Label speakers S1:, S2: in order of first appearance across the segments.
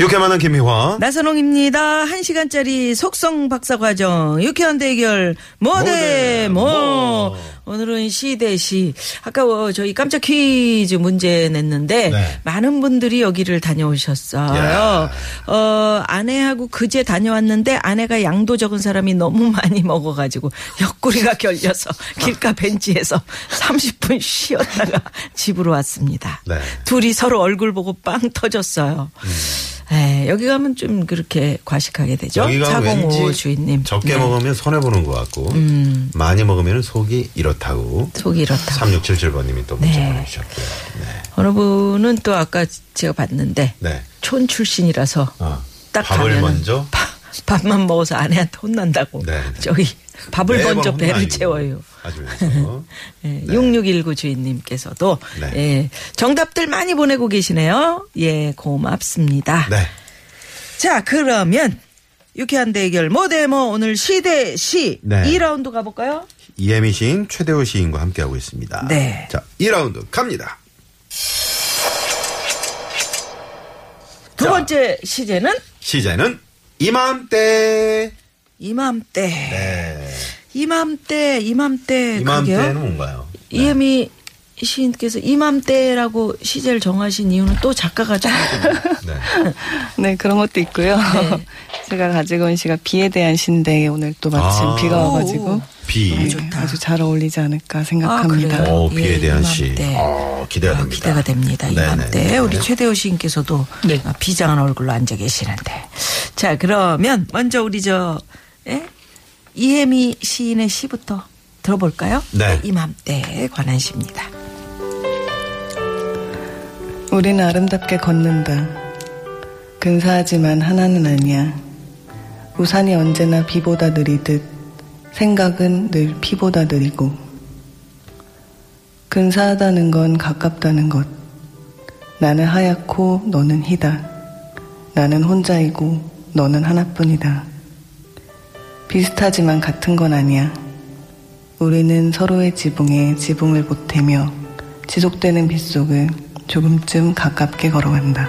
S1: 유쾌만한 김미화.
S2: 나선홍입니다. 한시간짜리 속성 박사과정 유쾌한 대결 뭐대 뭐. 오늘은 시대시. 아까 어, 저희 깜짝 퀴즈 문제 냈는데
S1: 네.
S2: 많은 분들이 여기를 다녀오셨어요. 어, 아내하고 그제 다녀왔는데 아내가 양도 적은 사람이 너무 많이 먹어가지고 옆구리가 결려서 길가 벤치에서 30분 쉬었다가 집으로 왔습니다.
S1: 네. 음.
S2: 둘이 서로 얼굴 보고 빵 터졌어요. 에, 여기 가면 좀 그렇게 과식하게 되죠.
S1: 여기가
S2: 4055
S1: 왠지
S2: 주인님.
S1: 적게
S2: 네. 음.
S1: 먹으면 손해 보는 것 같고 많이 먹으면 속이 이렇다고.
S2: 속이 이렇다.
S1: 3677번님이 또 문자
S2: 네.
S1: 보내주셨고요. 네.
S2: 어느 분은 또 아까 제가 봤는데
S1: 네.
S2: 촌 출신이라서
S1: 어.
S2: 딱
S1: 밥을
S2: 가면은
S1: 먼저?
S2: 밥, 밥만 먹어서 아내한테 혼난다고.
S1: 네.
S2: 저기 밥을
S1: 매번
S2: 먼저
S1: 혼나
S2: 배를
S1: 아니고.
S2: 채워요.
S1: 아주 그래서.
S2: 예, 6619 주인님께서도
S1: 네.
S2: 예, 정답들 많이 보내고 계시네요. 예, 고맙습니다.
S1: 네.
S2: 자, 그러면 유쾌한 대결 모데모 오늘 시대 시
S1: 네.
S2: 2라운드 가볼까요?
S1: 이혜미 시인, 최대호 시인과 함께하고 있습니다.
S2: 네.
S1: 자, 2라운드 갑니다.
S2: 두
S1: 자.
S2: 번째 시제는
S1: 시제는 이맘때.
S2: 이맘때.
S1: 네.
S2: 이맘때, 이맘때.
S1: 이맘때는
S2: 네,
S1: 네.
S2: 그게요?
S1: 뭔가요?
S2: 이혜미 시인께서 이맘때라고 시제를 정하신 이유는 또 작가가 좀.
S1: 네.
S3: 네, 그런 것도 있고요. 제가 가지고 온 시가 비에 대한 신데 오늘 또 마침
S1: 아.
S3: 비가 와가지고
S1: 비.
S3: 네,
S2: 좋다.
S3: 아주 잘 어울리지 않을까
S2: 아,
S3: 생각합니다.
S2: 그래요?
S1: 어, 비에
S2: 예,
S1: 대한
S2: 이맘때.
S1: 시. 어, 기대가 됩니다.
S2: 아, 기대가 됩니다.
S1: 네네.
S2: 이맘때 우리 최대호 시인께서도
S3: 네.
S2: 아, 비장한 얼굴로 앉아 계시는데. 자, 그러면 먼저 우리 저 예? 이혜미 시인의 시부터 들어볼까요?
S1: 네.
S2: 이맘때에 관한 시입니다.
S3: 우리는 아름답게 걷는다. 근사하지만 하나는 아니야. 우산이 언제나 비보다 느리듯 생각은 늘 피보다 느리고 근사하다는 건 가깝다는 것. 나는 하얗고 너는 희다. 나는 혼자이고 너는 하나뿐이다. 비슷하지만 같은 건 아니야. 우리는 서로의 지붕에 지붕을 보태며 지속되는 빗속을 조금쯤 가깝게 걸어간다.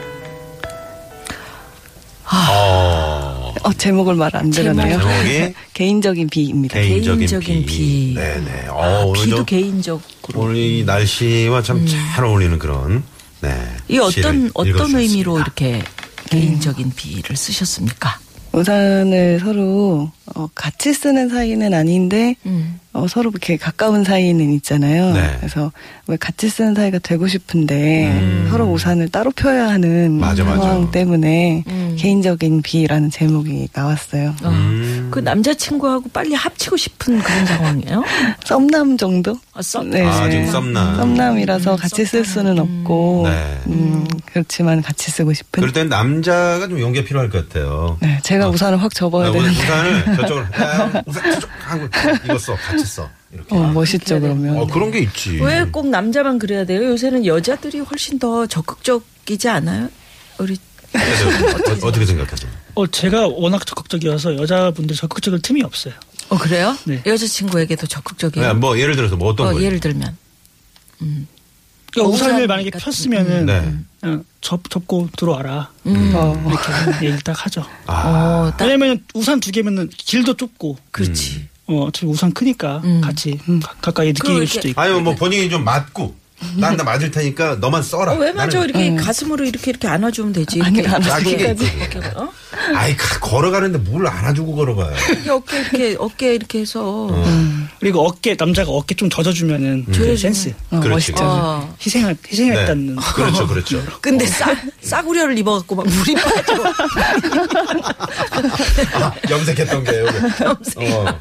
S1: 어,
S3: 어, 제목을 말 안 드렸네요.
S1: 제목이?
S3: 개인적인 비입니다.
S1: 개인적인, 비.
S2: 개인적인 비.
S1: 네네. 어,
S2: 아,
S1: 오늘
S2: 비도
S1: 좀
S2: 개인적으로.
S1: 오늘 이 날씨와 참 잘 어울리는 그런 네.
S2: 음. 이 어떤
S1: 시를
S2: 어떤
S1: 읽어주셨습니다.
S2: 의미로 이렇게 개인적인 비를 쓰셨습니까?
S3: 우산을 서로 어, 같이 쓰는 사이는 아닌데
S2: 음.
S3: 어, 서로 이렇게 가까운 사이는 있잖아요.
S1: 네.
S3: 그래서 왜 같이 쓰는 사이가 되고 싶은데 서로 우산을 따로 펴야 하는
S1: 음. 맞아, 맞아.
S3: 상황 때문에
S2: 음.
S3: 개인적인 비라는 제목이 나왔어요.
S2: 어,
S1: 음.
S2: 그 남자친구하고 빨리 합치고 싶은 그런 상황이에요?
S3: 썸남 정도?
S2: 아, 썸-
S1: 아, 지금 썸남.
S3: 이라서
S2: 음,
S3: 같이
S2: 썸남.
S3: 쓸 수는 없고,
S1: 네.
S3: 음, 그렇지만 같이 쓰고 싶은.
S1: 그럴 땐 남자가 좀 용기가 필요할 것 같아요.
S3: 네, 제가
S1: 어.
S3: 우산을 확 접어야
S2: 뭐
S1: 아, 우선
S3: 되는데.
S1: 우산을 저쪽으로 야, 우산 저쪽 하고 이거 써 같이 써 이렇게.
S3: 어, 멋있죠, 그러면.
S1: 어 그런 게 있지.
S2: 뭐 왜 꼭 남자만 그래야 돼요? 요새는 여자들이 훨씬 더 적극적이지 않아요? 우리
S1: 그래서 어, 어떻게 생각하세요?
S4: 어, 제가 워낙 적극적이어서 여자분들 적극적일 틈이 없어요.
S2: 어 그래요?
S4: 네.
S2: 여자친구에게도 적극적이에요.
S1: 네, 뭐 예를 들어서 뭐 어떤
S2: 어,
S1: 거
S2: 예를 들면
S4: 그러니까
S2: 우산
S4: 우산을 만약에
S2: 어, 같은-
S4: 폈으면은
S1: 네.
S4: 그냥 접 접고 들어와라
S1: 그, 음.
S3: 어.
S4: 이렇게 얘기를 딱 하죠.
S1: 아,
S2: 어, 딱
S4: 왜냐면 우산 두 개면은 길도 좁고
S2: 그렇지. 음.
S4: 어, 어차피 우산 크니까 같이 음, 가, 가까이
S2: 그리고
S4: 느낄
S2: 이렇게-
S4: 수도 있고.
S1: 아니면 뭐 본인이 좀 맞고 난 나 맞을 테니까 너만 써라.
S2: 어, 왜 맞아?
S1: 음. 나는-
S2: 이렇게 가슴으로 이렇게 이렇게 안아주면 되지.
S3: 아니,
S2: 이렇게
S3: 안아주기까지.
S2: 어깨,
S1: 자기가
S2: 어깨, 어?
S1: 아이 가- 걸어가는데 뭘 안아주고 걸어가요.
S2: 이 어깨 이렇게 어깨 이렇게 해서
S1: 음.
S4: 그리고 어깨 남자가 어깨 좀 젖어주면은 그
S2: 조여주면-
S4: 센스.
S3: 어,
S1: 그렇지.
S3: 멋있죠.
S2: 어.
S4: 희생할
S1: 네.
S4: 희생했다는.
S1: 그렇죠, 그렇죠.
S2: 근데 싸 싸구려를 입어갖고 막 물이 빠져.
S1: 아, 염색했던 게요. 어.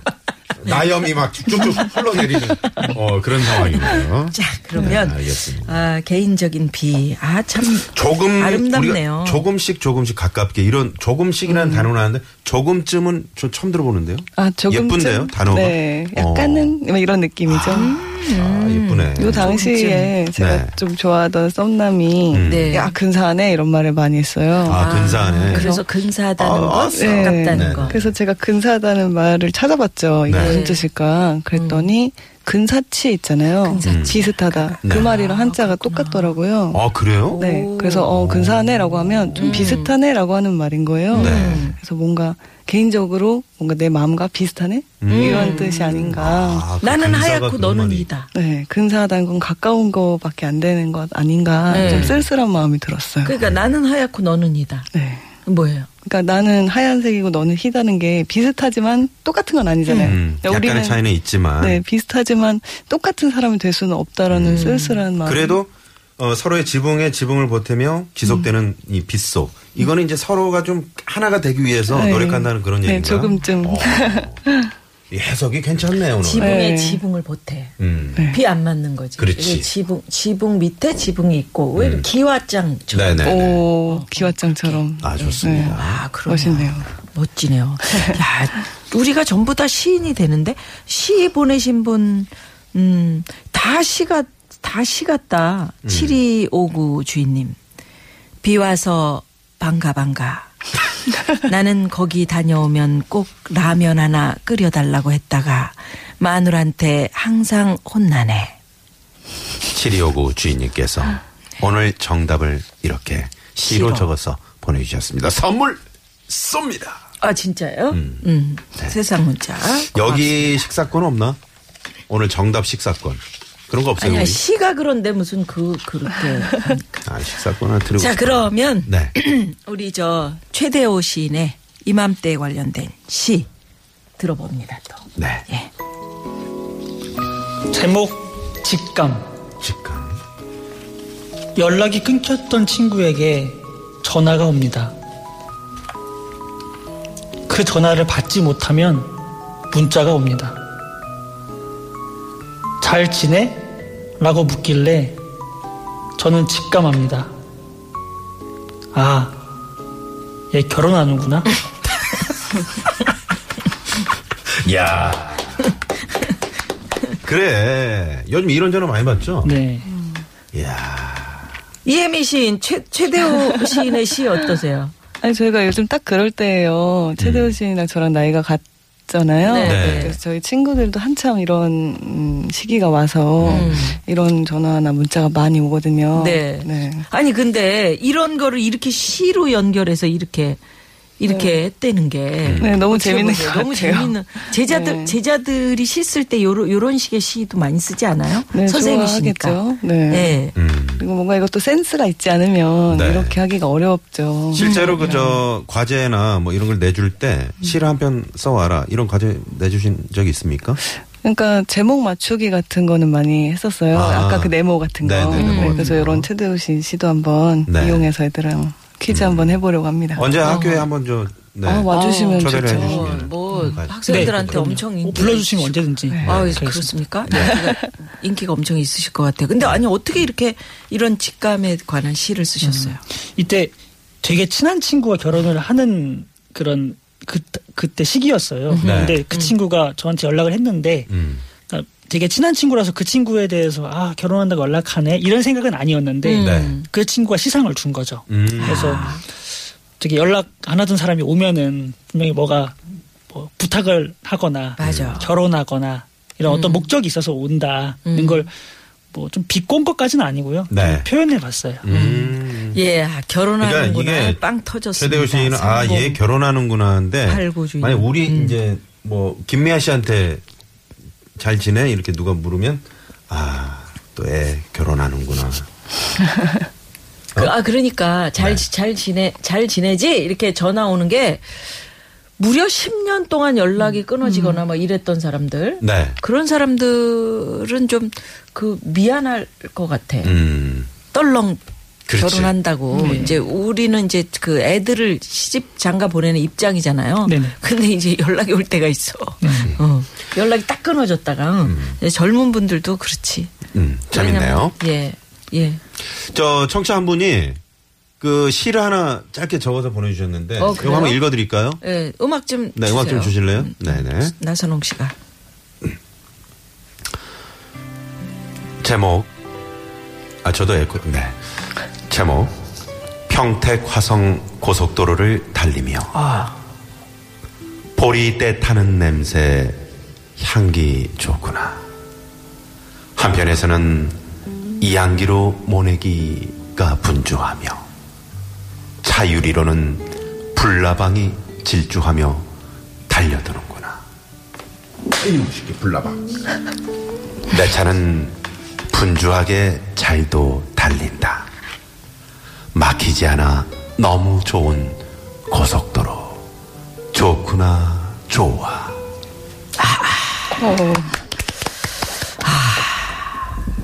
S1: 나염이 막 쭉쭉 흘러내리는 어, 그런 상황이고요.
S2: 자, 그러면
S1: 네, 알겠습니다.
S2: 아, 개인적인 비. 아, 참
S1: 조금
S2: 아름답네요.
S1: 우리가 조금씩 조금씩 가깝게 이런 조금씩이라는 단어 나왔는데 조금쯤은 저 처음 들어보는데요.
S3: 아, 조금
S1: 예쁜데요 단어가.
S3: 네,
S1: 어.
S3: 약간은 뭐 이런 느낌이죠.
S1: 아, 예쁘네.
S3: 요 당시에 제가
S1: 네.
S3: 좀 좋아하던 썸남이
S1: 음.
S2: 네.
S3: 야 근사하네 이런 말을 많이 했어요.
S1: 아 근사하네.
S2: 그래서 근사하다는
S1: 아,
S2: 거,
S1: 아,
S3: 네.
S2: 아깝다는
S1: 네.
S2: 거.
S3: 그래서 제가 근사하다는 말을 찾아봤죠. 이게
S1: 네.
S3: 무슨 뜻일까? 그랬더니
S2: 음.
S3: 근사치 있잖아요. 비슷하다.
S1: 네.
S3: 그
S2: 아,
S3: 말이랑 한자가 똑같더라고요.
S1: 아 그래요?
S3: 네. 그래서 어 근사하네라고 하면
S2: 음.
S3: 좀 비슷하네라고 하는 말인 거예요. 그래서 뭔가 개인적으로 뭔가 내 마음과 비슷하네 이런 뜻이 아닌가.
S1: 아, 그
S2: 나는
S1: 근사가
S2: 하얗고
S1: 그런
S2: 너는
S1: 말이-
S2: 이다.
S3: 네, 근사하다는 건 가까운 거밖에 안 되는 것 아닌가
S2: 네.
S3: 좀 쓸쓸한 마음이 들었어요.
S2: 그러니까
S1: 네.
S2: 나는 하얗고 너는 이다.
S3: 네.
S2: 뭐예요?
S3: 그러니까 나는 하얀색이고 너는 희다는 게 비슷하지만 똑같은 건 아니잖아요.
S1: 음,
S3: 그러니까
S1: 약간의 차이는 있지만
S3: 네, 비슷하지만 똑같은 사람이 될 수는 없다라는 쓸쓸한 마음.
S1: 그래도 어, 서로의 지붕에 지붕을 보태며 지속되는 이 빗속 이거는 이제 서로가 좀 하나가 되기 위해서
S3: 네.
S1: 노력한다는 그런
S3: 네,
S1: 얘기인가요?
S3: 조금쯤.
S1: 어. 이 해석이 괜찮네요 오늘.
S2: 지붕에
S3: 네.
S2: 지붕을 보태.
S1: 음.
S3: 네.
S2: 비 안 맞는 거지.
S1: 그렇지. 음.
S2: 이게 지붕 지붕 밑에 지붕이 있고 왜 기와장처럼.
S1: 네네.
S3: 오, 기와장처럼.
S1: 아 좋습니다.
S2: 아, 그러네.
S3: 멋있네요.
S2: 멋지네요. 야, 우리가 전부 다 시인이 되는데 시 보내신 분, 음, 다 시가 다 시 같다.
S1: 음.
S2: 7259 주인님. 비 와서 반가 반가. 나는 거기 다녀오면 꼭 라면 하나 끓여달라고 했다가 마누라한테 항상 혼나네.
S1: 7259 주인님께서 오늘 정답을 이렇게 시로
S2: 시로.
S1: 적어서 보내주셨습니다. 선물 쏩니다.
S2: 아 진짜요? 음. 세상 문자.
S1: 네. 여기 식사권 없나? 오늘 정답 식사권. 그런 거 없어요?
S2: 아니야
S1: 우리?
S2: 시가 그런데 무슨 그 그렇게.
S1: 아, 식사권 하나 드리고
S2: 자
S1: 싶어요.
S2: 그러면
S1: 네.
S2: 우리 저 최대호 시인의 이맘때에 관련된 시 들어봅니다 또.
S1: 네.
S2: 예.
S4: 제목 직감
S1: 직감.
S4: 연락이 끊겼던 친구에게 전화가 옵니다. 그 전화를 받지 못하면 문자가 옵니다. 잘 지내? 라고 묻길래 저는 직감합니다. 아, 얘 결혼하는구나?
S1: 야 그래. 요즘 이런 전화 많이 받죠?
S4: 네.
S1: 야
S2: 이혜미 시인 최, 최대호 시인의 시 어떠세요?
S3: 아니, 저희가 요즘 딱 그럴 때예요.
S1: 음.
S3: 최대호 씨랑 저랑 나이가 같잖아요.
S2: 네.
S1: 네.
S3: 그래서 저희 친구들도 한참 이런 음, 시기가 와서 이런 전화나 문자가 많이
S2: 음.
S3: 오거든요.
S2: 네. 아니 근데 이런 거를 이렇게 시로 연결해서 이렇게 이렇게 떼는
S4: 음.
S2: 게
S3: 네, 너무
S2: 어떻게
S3: 재밌는
S2: 보세요?
S3: 것
S2: 너무
S3: 같아요.
S2: 재밌는 제자들
S3: 네.
S2: 제자들이 시 쓸 때 요런 요런 식의 시도 많이 쓰지 않아요?
S3: 네,
S2: 선생님이시니까.
S3: 좋아하겠죠. 네.
S2: 네.
S1: 음.
S3: 그리고 뭔가 이것도 센스가 있지 않으면
S1: 네.
S3: 이렇게 하기가 어렵죠.
S1: 실제로 그저 과제나 뭐 이런 걸 내줄 때 시를 한 편 써와라 이런 과제 내주신 적이 있습니까?
S3: 그러니까 제목 맞추기 같은 거는 많이 했었어요.
S1: 아.
S3: 아. 까그 네모 같은 거.
S1: 네네, 네모
S3: 네,
S1: 같은
S3: 그래서
S1: 거.
S3: 이런 최대우 씨 시도 한번
S1: 네. 음.
S3: 이용해서 애들랑 퀴즈 한번 해보려고 합니다.
S1: 언제
S2: 어.
S1: 학교에 한번 저 네.
S3: 아, 와주시면
S1: 초대를
S3: 좋죠.
S1: 해주시면
S2: 뭐
S1: 음, 맞-
S2: 학생들한테
S4: 그럼요.
S2: 엄청
S4: 뭐
S2: 음, 인기
S4: 불러주시면 언제든지.
S2: 아,
S4: 네, 그렇습니다.
S2: 그렇습니까? 인기가, 인기가 엄청 있으실 것 같아요. 근데 아니 어떻게 이렇게 이런 직감에 관한 시를 쓰셨어요?
S4: 이때 되게 친한 친구가 결혼을 하는 그런 그 그때 시기였어요.
S1: 네.
S4: 근데 그 친구가 저한테 연락을 했는데
S1: 음.
S4: 그러니까 되게 친한 친구라서 그 친구에 대해서 아 결혼한다고 연락하네 이런 생각은 아니었는데
S1: 네.
S4: 그 친구가 시상을 준 거죠.
S1: 음.
S4: 그래서 되게 연락 안 하던 사람이 오면은 분명히 뭐가 뭐 부탁을 하거나
S2: 맞아. 음.
S4: 결혼하거나 이런 어떤 목적이 있어서 온다는 걸 뭐 좀 비꼰 것까지는 아니고요.
S1: 네.
S4: 표현해 봤어요.
S1: 음.
S2: 예, 아, 결혼하는구나.
S1: 그러니까 이게
S2: 빵 터졌습니다.
S1: 최대호 씨는 아,
S2: 성공.
S1: 얘 결혼하는구나인데
S2: 팔고 주인.
S1: 만약 우리
S2: 음.
S1: 이제 뭐 김미아 씨한테 잘 지내 이렇게 누가 물으면 아, 또 애 결혼하는구나.
S2: 그, 아 그러니까 잘
S1: 네.
S2: 잘 지내 잘 지내지 이렇게 전화 오는 게 무려 10년 동안 연락이
S4: 음.
S2: 끊어지거나 막 이랬던 사람들
S1: 네.
S2: 그런 사람들은 좀 그 미안할 것 같아.
S1: 음.
S2: 떨렁
S1: 그렇지. 네.
S2: 결혼한다고 이제 우리는 이제 그 애들을 시집 장가 보내는 입장이잖아요.
S4: 네네.
S1: 네.
S2: 근데 이제 연락이 올 때가 있어. 어. 연락이 딱 끊어졌다가 예, 젊은 분들도 그렇지.
S1: 음, 재밌네요.
S2: 왜냐면, 예, 예.
S1: 저 청취자 한 분이 그 시를 하나 짧게 적어서 보내주셨는데
S2: 어,
S1: 이거
S2: 그래요?
S1: 한번 읽어드릴까요?
S2: 예, 음악 좀
S1: 네, 음악 좀 주실래요? 네네.
S2: 나선홍 씨가
S1: 제목 아 저도 읽고 네 제목 평택 화성 고속도로를 달리며 보리 때 타는 냄새 향기 좋구나 한편에서는 이 향기로 모내기가 분주하며 차유리로는 불나방이 질주하며 달려드는구나
S5: 아이고 쉽게 불나봐.
S1: 내 차는 분주하게 잘도 달린다. 막히지 않아 너무 좋은 고속도로. 좋구나, 좋아.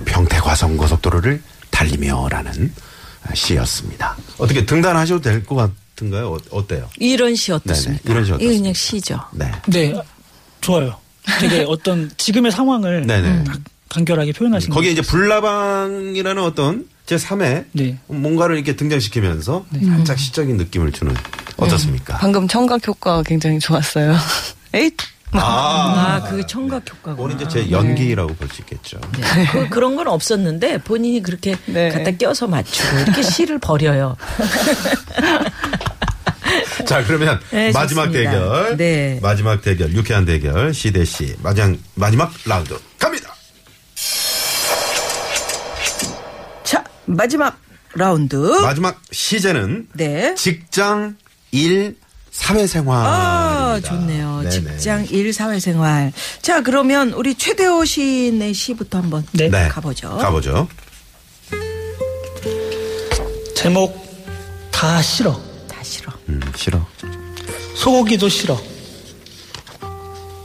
S1: 평택화성 고속도로를 달리며라는 시였습니다. 어떻게 등단하셔도 될 것 같은가요? 어, 때요
S2: 이런 시 어떻습니까?
S1: 네네, 이런 시
S2: 이거 그냥
S1: 어떻습니까?
S2: 시죠.
S1: 네.
S4: 네, 좋아요. 되게 어떤 지금의 상황을
S1: 네네.
S4: 간결하게 표현하신
S1: 거기에
S4: 것
S1: 이제 불나방이라는 어떤 제 3의
S4: 네.
S1: 뭔가를 이렇게 등장시키면서 살짝 시적인 느낌을 주는 어떻습니까?
S3: 방금 청각 효과가 굉장히 좋았어요. 에잇!
S1: 아,
S2: 아, 그게 청각 효과고.
S1: 그건 이제 제 연기라고 볼 수 있겠죠.
S2: 그, 그런 건 없었는데 본인이 그렇게
S3: 네.
S2: 갖다 껴서 맞추고 이렇게 시를 버려요.
S1: 자, 그러면
S2: 네,
S1: 마지막
S2: 좋습니다.
S1: 대결.
S2: 네.
S1: 마지막 대결, 유쾌한 대결, 시대시. 마지막, 마지막 라운드 갑니다!
S2: 자, 마지막 라운드.
S1: 마지막 시제는
S2: 네.
S1: 직장, 일, 사회생활.
S2: 아, 좋네요. 직장, 일, 사회생활. 자, 그러면 우리 최대호 시인의 시부터 한번
S4: 네.
S1: 네.
S2: 가보죠.
S1: 가보죠.
S4: 제목 다 싫어.
S2: 다 싫어.
S1: 음, 싫어.
S4: 소고기도 싫어.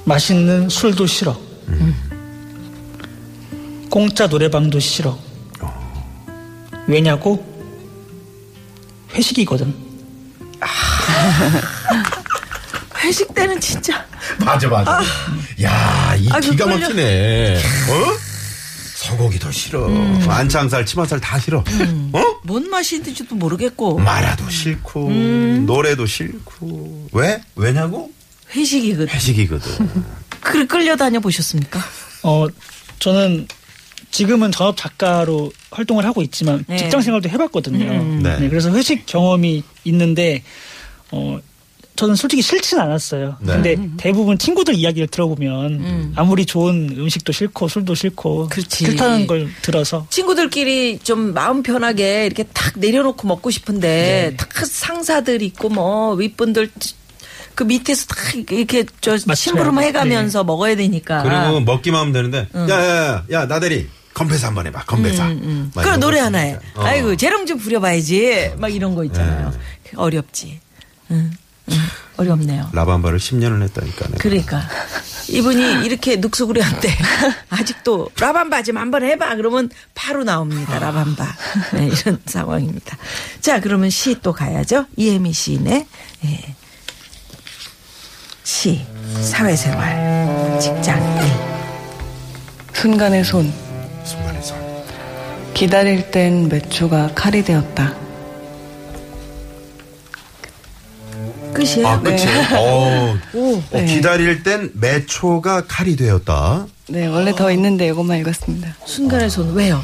S4: 맛있는 술도 싫어.
S1: 음.
S4: 공짜 노래방도 싫어. 왜냐고? 회식이거든.
S2: 회식 때는 진짜
S5: 맞아 맞아. 야, 이
S2: 아, 그
S5: 기가
S2: 끌려-
S5: 막히네. 어? 소고기도 싫어.
S2: 음.
S1: 안창살, 치마살 다 싫어. 어?
S2: 뭔 맛인지도 모르겠고
S1: 마라도 싫고,
S2: 음.
S1: 노래도 싫고. 왜? 왜냐고?
S2: 회식이거든.
S1: 회식이거든.
S2: 그 끌려다녀 보셨습니까?
S4: 어, 저는 지금은 전업 작가로 활동을 하고 있지만
S2: 네. 음,
S4: 직장 생활도 해봤거든요.
S1: 네.
S4: 네, 그래서 회식 경험이 있는데 어. 저는 솔직히 싫진 않았어요.
S1: 네.
S4: 근데
S2: 음.
S4: 대부분 친구들 이야기를 들어보면 아무리 좋은 음식도 싫고 술도 싫고
S2: 그렇지.
S4: 싫다는 걸 들어서
S2: 친구들끼리 좀 마음 편하게 이렇게 탁 내려놓고 먹고 싶은데
S4: 네.
S2: 탁 상사들 있고 뭐 윗분들 그 밑에서 탁 이렇게 저
S4: 맞춰요.
S2: 심부름 해가면서
S4: 네.
S2: 먹어야 되니까.
S1: 그리고 먹기만 하면 되는데
S2: 음.
S1: 야야야 야, 나대리 건배사 한번 해봐 건배사 막
S2: 음. 그럼
S1: 이런
S2: 노래
S1: 거
S2: 하나 해.
S1: 있으니까. 어.
S2: 아이고 재롱 좀 부려봐야지. 막 이런 거 있잖아요. 어렵지. 응, 응. 어렵네요.
S1: 라밤바를 10년을 했다니까 내가.
S2: 그러니까 이분이 이렇게 늑수구리한데 아직도 라밤바 좀 한번 해봐 그러면 바로 나옵니다 라밤바 네, 이런 상황입니다 자 그러면 시 또 가야죠 이혜미 시인의 예. 시 사회생활 직장일
S3: 순간의 손.
S1: 순간에서
S3: 기다릴 땐 매추가 칼이 되었다.
S2: 끝이에요 네.
S1: 아 그치 어,
S2: 오. 네.
S1: 어, 기다릴 땐 매초가 칼이 되었다
S3: 네, 원래
S1: 아.
S3: 더 있는데 이것만 읽었습니다.
S2: 순간의 손 왜요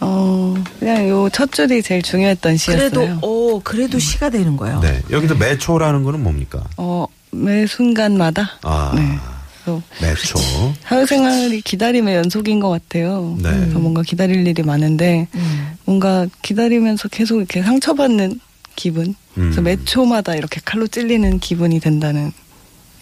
S3: 어, 그냥 요 첫 줄이 제일 중요했던 시였어요.
S2: 그래도 오 그래도 시가 되는 거예요
S1: 네 여기서 매초라는 거는 뭡니까
S3: 어, 매 순간마다.
S1: 아
S3: 네. 그래서
S1: 매초
S3: 사회생활이 기다림의 연속인 것 같아요.
S1: 네.
S3: 그래서 뭔가 기다릴 일이 많은데
S2: 음.
S3: 뭔가 기다리면서 계속 이렇게 상처받는 기분. 그래서
S1: 음.
S3: 매 초마다 이렇게 칼로 찔리는 기분이 된다는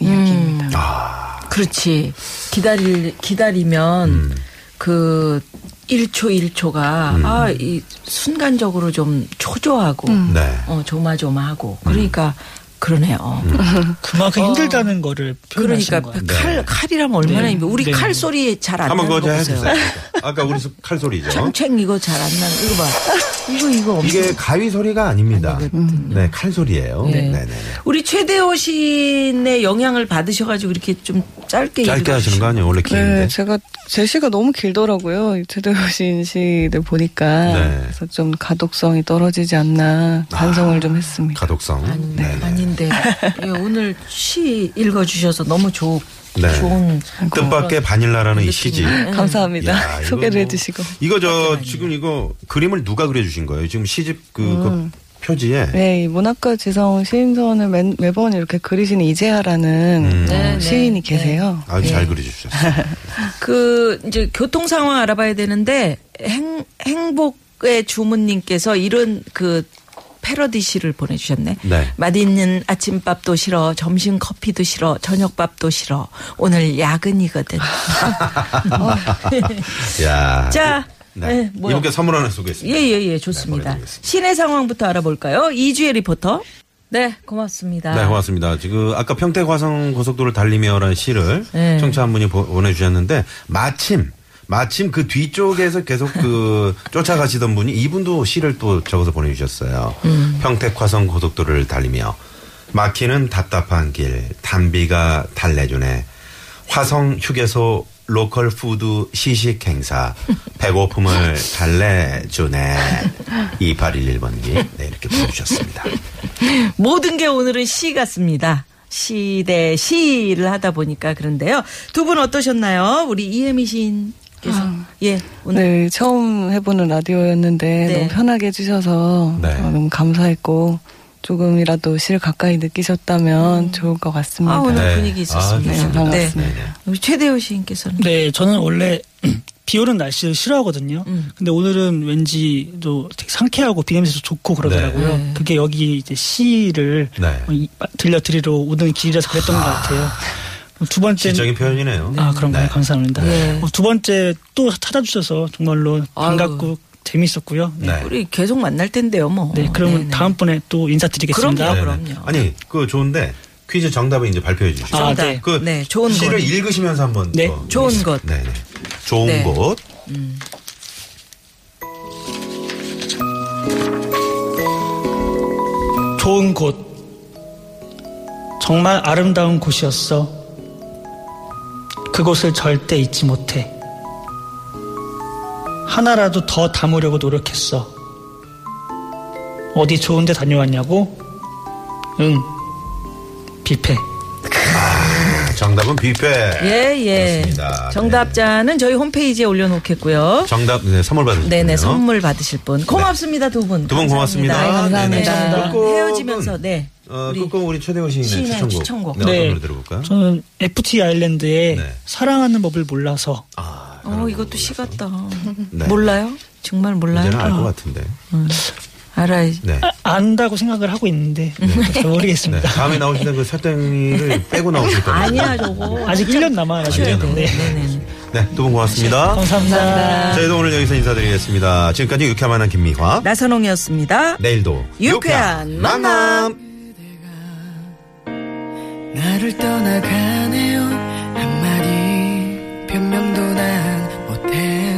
S2: 음.
S3: 이야기입니다.
S2: 그렇지. 기다릴, 기다리면,
S1: 음.
S2: 그, 1초 1초가, 아, 이, 순간적으로 좀 초조하고,
S1: 네 음.
S2: 어, 조마조마하고. 그러니까, 그러네요. 음.
S4: 그만큼 힘들다는 거를
S2: 어. 그러니까,
S4: 표현하시는 거예요.
S2: 칼, 칼이라면 얼마나,
S4: 네.
S2: 힘들어. 우리
S4: 네.
S2: 칼 소리 잘 안
S1: 네. 한번
S2: 나는
S1: 그거
S2: 아, 거
S1: 좀
S2: 보세요.
S1: 해주세요 어? 아까 우리 수- 칼 소리죠
S2: 창챙 이거 잘 안 나는, 이거 봐. 이거, 이거 엄청.
S1: 이게 가위 소리가 아닙니다 네칼 소리예요
S2: 네.
S1: 네네 네.
S2: 우리 최대호 시인의 영향을 받으셔가지고 이렇게 좀 짧게
S1: 짧게
S2: 읽어주시면.
S1: 하시는 거 아니에요? 원래
S3: 네,
S1: 긴데.
S3: 제가 제 시가 너무 길더라고요. 최도신 시를 보니까
S1: 네.
S3: 그래서 좀 가독성이 떨어지지 않나 반성을 좀 했습니다.
S1: 아, 가독성.
S2: 아니,
S1: 네, 네.
S2: 아닌데 예, 오늘 시 읽어주셔서 너무 좋,
S1: 네.
S2: 좋은
S1: 뜻밖의 바닐라라는 이 시지.
S2: 네.
S3: 네. 감사합니다.
S1: 야, 이거
S3: 소개를
S1: 뭐-
S3: 해주시고.
S1: 이거 저 지금 이거 그림을 누가 그려주신 거예요? 지금 시집 그, 그 표지에
S3: 네, 이 문학과 지성 시인선을 매, 매번 이렇게 그리시는 이재하라는
S1: 음.
S3: 어,
S2: 네, 네, 네.
S3: 시인이 계세요.
S1: 아주 잘 그려주셨어요.
S2: 그 이제 교통 상황 알아봐야 되는데 행 행복의 주문님께서 이런 그 패러디 시를 보내주셨네.
S1: 네.
S2: 맛있는 아침밥도 싫어, 점심 커피도 싫어, 저녁밥도 싫어. 오늘 야근이거든.
S1: 아. 야.
S2: 자,
S1: 네.
S2: 네, 뭐요?
S1: 이분께 선물 하나 쏘겠습니다.
S2: 예예예 좋습니다.
S1: 네, 보내드리겠습니다.
S2: 시내 상황부터 알아볼까요? 이주혜 리포터. 네 고맙습니다.
S1: 네, 고맙습니다. 지금 아까 평택 화성 고속도로 달리며라는 시를
S2: 네.
S1: 청취자 한 분이 보- 보내주셨는데 마침 마침 그 뒤쪽에서 계속 그 쫓아가시던 분이 이분도 시를 또 적어서 보내주셨어요.
S2: 음.
S1: 평택 화성 고속도로를 달리며 막히는 답답한 길 단비가 달래주네 화성 휴게소 로컬 푸드 시식 행사 배고픔을 달래주네 2811번기 네, 이렇게 보내주셨습니다.
S2: 모든 게 오늘은 시 같습니다. 시대 시를 하다 보니까 그런데요. 두 분 어떠셨나요? 우리 이혜미 시인께서
S4: 아.
S2: 예 오늘
S3: 네, 처음 해보는 라디오였는데
S2: 네.
S3: 너무 편하게 해주셔서
S1: 네.
S3: 어, 너무 감사했고 조금이라도 시를 가까이 느끼셨다면 좋을 것 같습니다.
S2: 아 오늘
S1: 네.
S2: 분위기 있었습니다.
S1: 아,
S3: 네,
S1: 좋습니다.
S2: 네.
S3: 반갑습니다.
S2: 우리 최대호 시인께서는
S4: 네, 저는 원래 비 오는 날씨를 싫어하거든요.
S2: 음.
S4: 근데 오늘은 왠지 또 되게 상쾌하고 비 냄새도 좋고 그러더라고요.
S2: 네.
S4: 그게 여기 이제 시를 뭐
S1: 네.
S4: 이- 들려드리러 오는 길이라서 그랬던 것 같아요. 뭐 두 번째
S1: 지적인 표현이네요.
S4: 아 그런가요? 감사합니다.
S2: 네.
S4: 어, 두 번째 또 찾아주셔서 정말로
S2: 아유.
S4: 반갑고 재밌었고요. 네.
S1: 네.
S2: 우리 계속 만날 텐데요 뭐.
S4: 네, 그러면
S2: 네네.
S4: 다음번에 또 인사드리겠습니다.
S2: 그럼요.
S1: 네네.
S2: 그럼요.
S1: 아니, 그 좋은데 퀴즈 정답을 이제 발표해 주시죠.
S4: 아,
S2: 정답.
S4: 네.
S1: 그
S2: 네, 좋은
S1: 시를
S2: 것.
S1: 읽으시면서 한번
S4: 네,
S1: 또
S2: 좋은
S1: 읽으시-
S2: 것.
S1: 네, 네. 좋은
S2: 네.
S1: 곳.
S4: 좋은 곳. 정말 아름다운 곳이었어. 그곳을 절대 잊지 못해. 하나라도 더 담으려고 노력했어. 어디 좋은 데 다녀왔냐고? 응. 뷔페.
S1: 네, 정답은 뷔페.
S2: 예 예.
S1: 그렇습니다.
S2: 정답자는 저희 홈페이지에 올려놓겠고요.
S1: 정답 네, 선물 받으실 분이요.
S2: 네네 선물 받으실 분 고맙습니다 두 분.
S1: 두분
S2: 감사합니다.
S1: 고맙습니다.
S2: 네, 감사합니다.
S1: 네네. 끝곡은-
S2: 헤어지면서 네.
S1: 어,
S2: 우리
S1: 끝곡 우리 최대호 시인의
S2: 시인의
S1: 추천곡.
S2: 추천곡.
S1: 네, 어떤 노래 들어볼까요?
S4: 저는 FT 아일랜드의
S1: 네.
S4: 사랑하는 법을 몰라서
S1: 아,
S2: 어 이것도 시 같다.
S1: 네.
S2: 몰라요? 정말 몰라요?
S1: 이제는 알 것 같은데.
S2: 음. 알아야지.
S1: 네.
S4: 아, 안다고 생각을 하고 있는데
S1: 네.
S4: 잘 모르겠습니다.
S1: 다음에 나오실 때그 설탕이를 빼고 나오실 거예요.
S2: 아니야 저거.
S4: 아직 1년 남아가지고.
S1: 아니야,
S4: 네.
S2: 네네.
S1: 네, 두 분 고맙습니다.
S4: 감사합니다.
S1: 저희도 오늘 여기서 인사드리겠습니다. 지금까지 유쾌한 만남 김미화.
S2: 나선홍이었습니다.
S4: 네.
S1: 내일도
S2: 유쾌한 만남.
S6: 나를 떠나가네요 한마디 변명도 난 못해